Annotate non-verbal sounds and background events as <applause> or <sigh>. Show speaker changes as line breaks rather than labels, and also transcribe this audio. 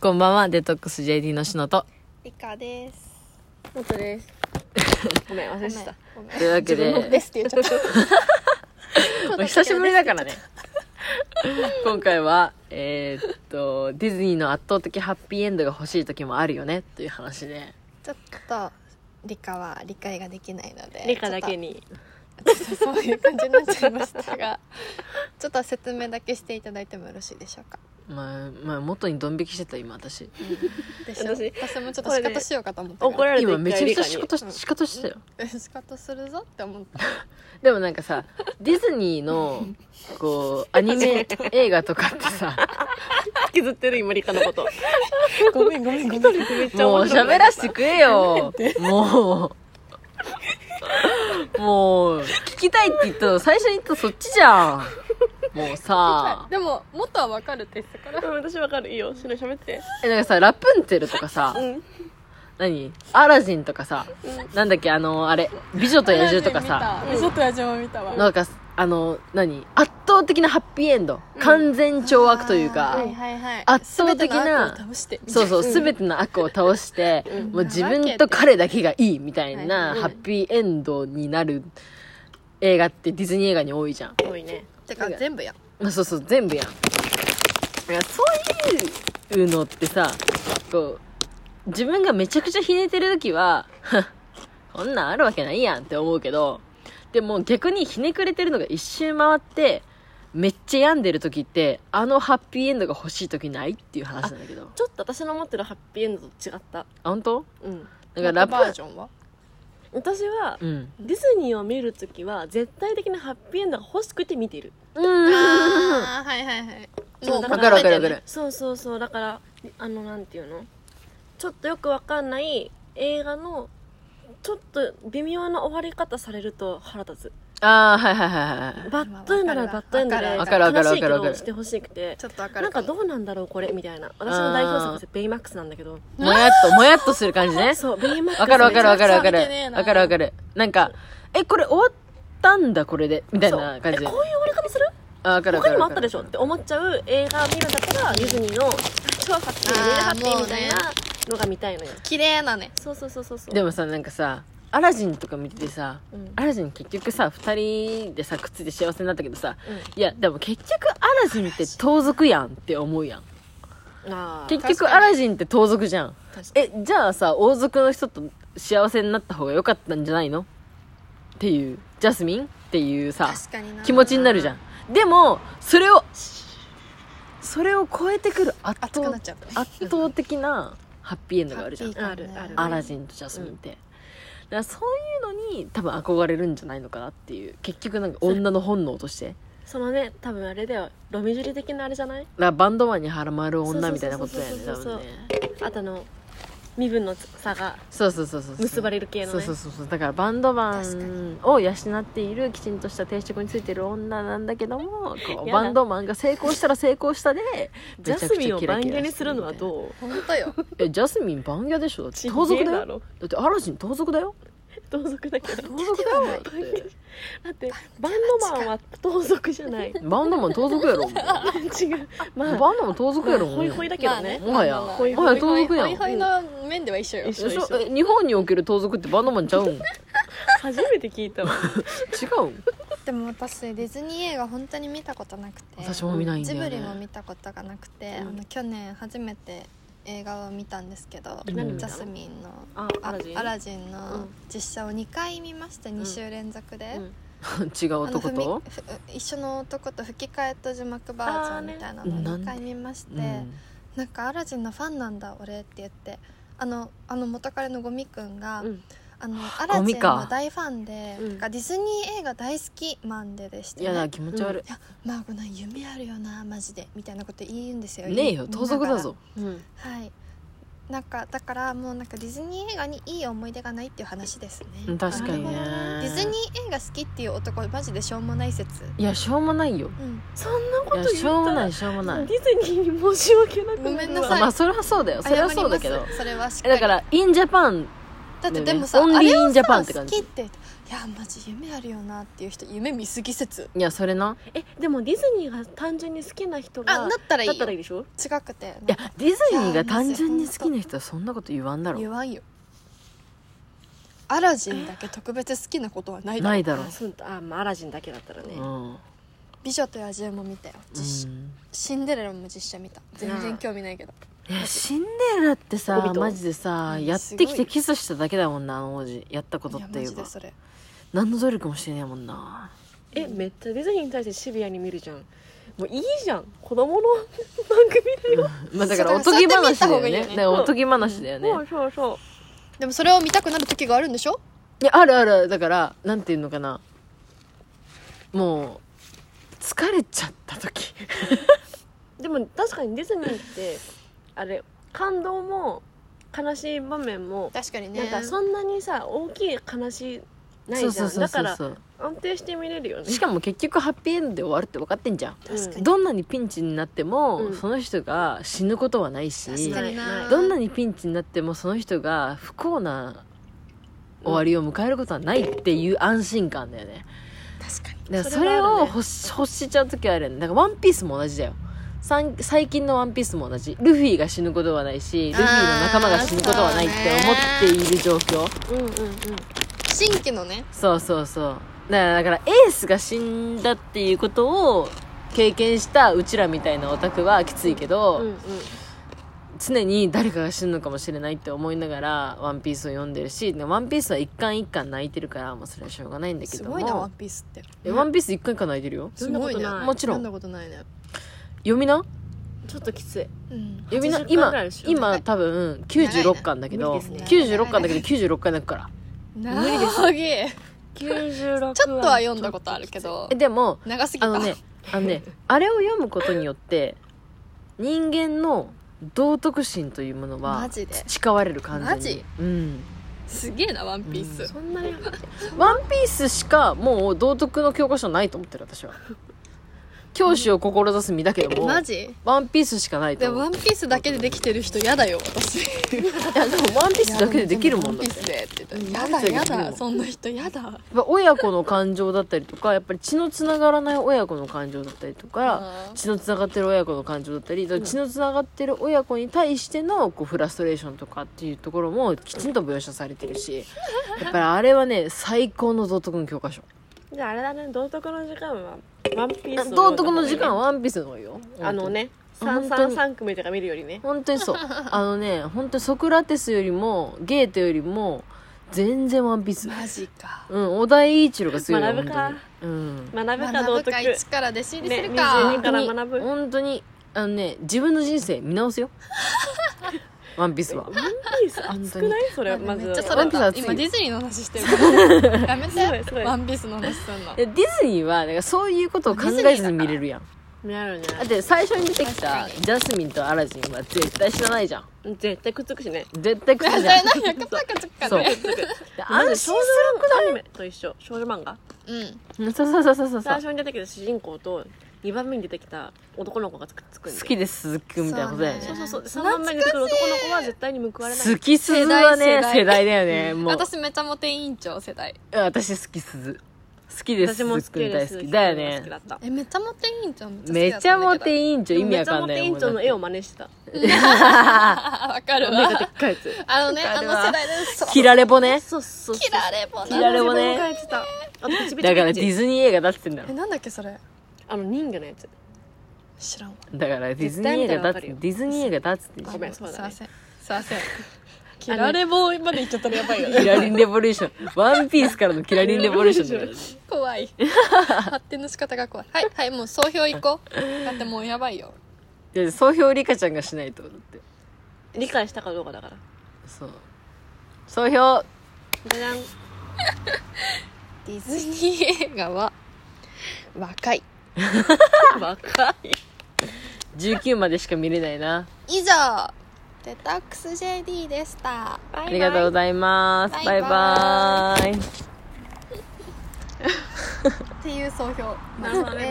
こんばんは、デトックス JD のしのと。
リカです。
本当です。ごめん、忘れてた。
ごめん。
というわけ
自分ので
で、
すって言っちゃっ
<laughs>
た。
お久しぶりだから
<laughs>
ね。今回は、えーっと、ディズニーの圧倒的ハッピーエンドが欲しい時もあるよねっていう話で。
ちょっとリカは理解ができないので、
理科だけに。
ちょっとそういう感じになっちゃいましたが、 <laughs> ちょっと説明だけしていただいてもよろしいでしょうか。
まあ、まあ、元にドン引きしてた今私。
でしょ
私
私もちょっと仕方しようかと思った
怒
から
れる
今めちゃめちゃ仕
理科
方し、仕方してたよ。
え仕方するぞって思った。
でもなんかさ、ディズニーの、こう、アニ
<laughs>
メ映画とかってさ、
に引きずってる今理科のこと。 <laughs> ごめんごめんごめん。めっちゃ
もう
面白い
喋らせてくれよ。もう。もう、聞きたいって言ったの、最初に言ったのそっちじゃん。もう
<laughs>
さ、
でも元はわかるですから。
うん私わかる。いいよ。しの喋って。
え、なんかさ、ラプンツェルとかさ、
うん。
何アラジンとかさ、なんだっけ、あの、あれ、美女と野獣とかさ、
ちょっと野獣も見たわ。
なんか、あの、何圧倒的なハッピーエンド。完全懲悪というか、
はいはいはい。
圧倒的な
全ての悪を倒して
そうそう、すべての悪を倒して、もう自分と彼だけがいいみたいな、
はい
ハッピーエンドになる映画ってディズニー映画に多いじゃん。
多いね。
てか全部や。
まあそうそう、全部やん。いやそういうのってさ、こう、自分がめちゃくちゃひねてるときは、 <laughs> こんなんあるわけないやんって思うけど、でも逆にひねくれてるのが一周回って、めっちゃ病んでる時って、あのハッピーエンドが欲しい時ないっていう話なんだけど。
ちょっと私の思ってるハッピーエンドと違った。
あ、本当？
うん。
だからラ
元バー
プ、
ジョンは
私は、
うん。
ディズニーを見るときは、絶対的なハッピーエンドが欲しくて見てる。
うん。
あーはいはいはい。
そ
も
う
う
だ
わ
ら
かるわかるわかる。
そうそうそうだからあのなんていうのちょっとよくわかんない映画のちょっと微妙な終わり方されると腹立
ああ、はいはいはいはいはい。
つバッドエンドならバッドエンドで
わ
かるわかるわ
悲し
かる
いけ
わかる
どしてほしくて
ちょっとわか
な
る
んか
かも。
どうなんだろうこれみたいな私の代表作ってベイマックスなんだけど
もやっと、もやっとする感じね。
そうベイマックス
わかるわかるわかるわかる
めちゃくちゃ見てねえ。な
わかるわかる。なんか、え、これ終わったんだ、これで。みたいな感じ
そう
で。
えこういう終わり方する
あ、わかるわか
他
る
にもあ
わ
っ
かる。
たでしょって思っちゃう映画を見るんだったらディズニーの超ハッピーみんなハッピーみたいなのが見たいのよ
綺麗なね。
そうそうそうそうそう
でもさ、なんかさ、アラジンとか見ててさ、
うん
アラジン結局さ、二人でさ、くっついて幸せになったけどさ、
うん
いや、でも結局アラジンって盗賊やんって思うやん。
あー
結局アラジンって盗賊じゃん。
確
え、じゃあさ、王族の人と幸せになった方が良かったんじゃないのっていう、ジャスミンっていうさ、
確かにな。
気持ちになるじゃん。でも、それを、それを超えてくる圧
熱くな
倒
っちゃった。
圧倒的なハッピーエンドがあるじゃん。
あるある
アラジンとジャスミンって。だからそういうのに多分憧れるんじゃないのかなっていう。結局なんか女の本能として。
そのね多分あれだよロミジュリ的なあれじゃない
だからバンドマンにハマる女みたいなことだよね、多
そうそうそうそう
分ね。
あとあの身分の差が
そうそうそうそうそう。
結ばれる系のね
そうそうそうそうだからバンドマ
確かに
ンを養っているきちんとした定職についてる女なんだけどもこう
やだ
バンドマンが成功したら成功したで
ジャスミンを番犬にするのは
う
どう
本当よ。
えジャスミン番屋でしょだって盗賊だよだ
よ
ってアラジン盗賊だよ
盗賊だけど
盗賊だよだって
だってバンドマンは盗賊じゃない違
バンドマン盗賊やろもう
うまあ
バンドマン盗賊やろもう
ホイホイだけどね
もはや
まあまあ
もはや盗賊や
ホイ
ん
ホイの面では一緒よ。
一緒
えそうえ日本における盗賊ってバンドマンちゃうん違う
初めて聞いたわ
でも私ディズニー映画本当に見たことなくて、
私も見ないんだ
ジ
よ
ブ
ね
リも見たことがなくて、
うん
あの去年初めて映画を見たんですけど、
うん
何見
ジ
た
ャ
の
スミンの
あ
あ
アラジン
アラジンの
うん
実写を2回見ました、2週連続で。
うん
違う
あの
男と
ふみふ一緒の男と吹き替えと字幕バージョンみたいなのを2回見まして、
うん
なんかアラジンのファンなんだ俺って言ってあのあの元彼のゴミくんが、
うん
あのアラジン
か
の大ファンで、
うん
なんかディズニー映画大好きマンデでして、
いやだ気持ち悪
いやまあこの夢あるよなマジでみたいなこと言うんですよ
いねえよ
見な
盗賊
がら
だぞ
うん
はいなんかだからもうなんかディズニー映画にいい思い出がないっていう話ですね、
うん確
かに
な
ね
るほどなディズニー映画好きっていう男マジでしょうもない説
いやしょうもないよ
うん
そんなこ
いや
と言っ
しょうも
た
な
ら
いしょうもない
ディズニーに申し訳なくなるわ
ごめんな
あ
さい
まあそれはそうだよそれはそうだけ
謝り
ど
ますそれはしっか
えだ
り
からインジャパン
だって
ね
でもさ、
オンリー
あれを
インジャパン
さ
って
好
感じ
きっていやマジ夢あるよなっていう人夢見すぎ説
いやそれな
えでもディズニーが単純に好きな人が
あなったらいい
だっ
よ
たらいいでしょ
違くて
いやディズニーが単純に好きな人はそんなこと言わんだろ
言わんよアラジンだけ特別好きなことはないだろ
ないだろ
あそうあまあアラジンだけだったらね、
うん、
美女と野獣も見たよ実写
うん
シンデレラも実写見た全然興味ないけど
いやシンデレラって
ホビ
さ
ット
マジでさ
うん
やってき
すご
て
い
キスしただけだもんなあの王子やったこと
い
っ
や
て
マ
いう
ジ
か
でそれ
何の努力もしてねえもん
<laughs>
な
えめっちゃディズニーに対してシビアに見るじゃんもういいじゃん子供の <laughs> 番組だよ、
まあだからお
そ
と
うだ
ぎ
から
話だよ
そうやって見た方がいい
ね
よね
だからおとぎ話だよね、
そうそうそう
でもそれを見たくなる時があるんでしょ
いやあるあるだからなんていうのかなもう疲れちゃった時
でも確かにディズニーってあれ感動も悲しい場面も、
確かに
なんかそんなにさ大きい悲しいないじゃんだから安定して見れるよね
しかも結局ハッピーエンドで終わるって分かってんじゃん
確かに
どんなにピンチになっても、
うん
その人が死ぬことはないし
確かにな
どんなにピンチになってもその人が不幸な終わりを迎えることはないっていう安心感だよね
確かに
だからそ
それ
れ
はある
を
ね
欲し,、欲しちゃう時あるよねだから「ワンピースも同じだよさん最近の「ワンピースも同じルフィが死ぬことはないしルフィの仲間が死ぬことはないって思っている状況
うんうんうん
新規のね
そうそうそうだからだからエースが死んだっていうことを経験したうちらみたいなオタクはきついけど、
うんうん
常に誰かが死ぬのかもしれないって思いながら「ワンピースを読んでるし「でワンピースは一巻一巻泣いてるからもうそれはしょうがないんだけ
す
ども
ごいなワンピースって
えワンピース一巻一巻泣いてるよ
すごいね
そんなことない
もちろん
そんなことないね
読みな
ちょっときつい
うん
読みな
80巻
今
ぐらいでしょ
今多分96巻だけど、
長いな無理です
ね
96巻だけど96回泣くから
無理です
96は
ちょっとは読んだことあるけど
えでも
長すぎ
あの
た
ねあのねあれを読むことによって人間の道徳心というものは
マジで
培われる感じ
マジ
うん
すげえなワンピース
う
そんなに
ワンピースしかもう道徳の教科書ないと思ってる私は教師を志す身だけども
マジ
ワンピースしかないと
でも
思
ワ
う
ンピースだけでできてる人嫌だよ私
いやでもワンピースだけでできるもんだっ
ワン
て
ピー
や
スでって
うん
言ったら
ワンピースでできるも
や
ん
だやだそんな人やだ
っぱ親子の感情だったりとかやっぱり血のつながらない親子の感情だったりとか血のつながってる親子の感情だったり
ん
血のつながってる親子に対してのこうフラストレーションとかっていうところもきちんと描写されてる
<laughs>
しやっぱりあれはね最高の道徳の教科書
じゃああれだね道徳の時間はワンピースを
道徳の時間
は
はワンピースの方がいいよ
あのね
本当に
333組とか見るよりね
本当にそうあのね本当にソクラテスよりもゲーテよりも全然ワンピース
マジか
うん小田栄一郎が強いよ
学ぶか
本当にうん
学ぶか
学
道
ぶ
徳
か一から弟子入りする
ね
か
22から学ぶ
本当にあのね自分の人生見直す
<laughs>
よワンピースは
ワンピース熱くないそれは
ま
ま
あね
ず
めっちゃそ
ワン
れ
ピースは熱
た
いよ
今ディズニーの話してるから
<laughs>
やめ
すごいすご
て
い
ワンピースの話すんの
でディズニーはなんかそういうことを考えずに見れるやん
見られるね
だって最初に出てきた
確かに
ジャスミンとアラジンは絶対知らないじゃん
絶対くっつくしね
絶対口
大
じゃん
体な100%か10%
そ
か
う
ね
<laughs>
で安心
少女
す
アニメと一緒少女漫画
うん
るそうそうそうそうそう
最初に出てきた主人公と2番目に出てきた男の子がつくっつくんで
好きです鈴木くんみたいなことだよね
そうそうそう3番目に出てくる男の子は絶対に報われない
好き鈴はね世
世
代
代
だよねもう
私めちゃモテ委員長世代
私好き鈴好きです
私も好
鈴
き
くん
で
大
す
好きだよ
好
ね
きだった
えめちゃモテ委員長め
め
っ
ちゃモ
委
テ
員
委員長意味
め
わ
ちゃ
かん
モ
ない
テ委員長の絵を真似してた
長 <laughs> わかる
目がで
わ
っかいやつ
あのね
わか
あ
る
の
わ
世代です
<laughs> 切られ骨
そうそうそう
キラレボな
キラレボね
あとピチピチピチ
だからディズニー映画出してんだ
え
ろ
なんだっけそれ
あの人魚のやつ
知らんわ
だからディズニー映画出
絶対見たらわかる
す
よ
ディズニー映画出すって言
ご
って
めんそう
すい
だ
ま
ね
せんすいません
<laughs>
キラレボまで言っちゃったらやばいよ
キ
ね
ラリンレボリューションワンピースからのキラリンレボリューションだから
<laughs> 怖い発展の仕方が怖いはいはいもう総評行こうだってもうやばいよ
いや総評リカちゃんがしないとだって
<laughs> 理解したかどうかだから
そう総評
じゃじゃん
ディズニー映画は若い
若い
19までしか見れないな
以上デトックス JD でした
ありがとうございますバ
バ
イ
イ
バ
バ
ーイ
っていう総評
なるほどね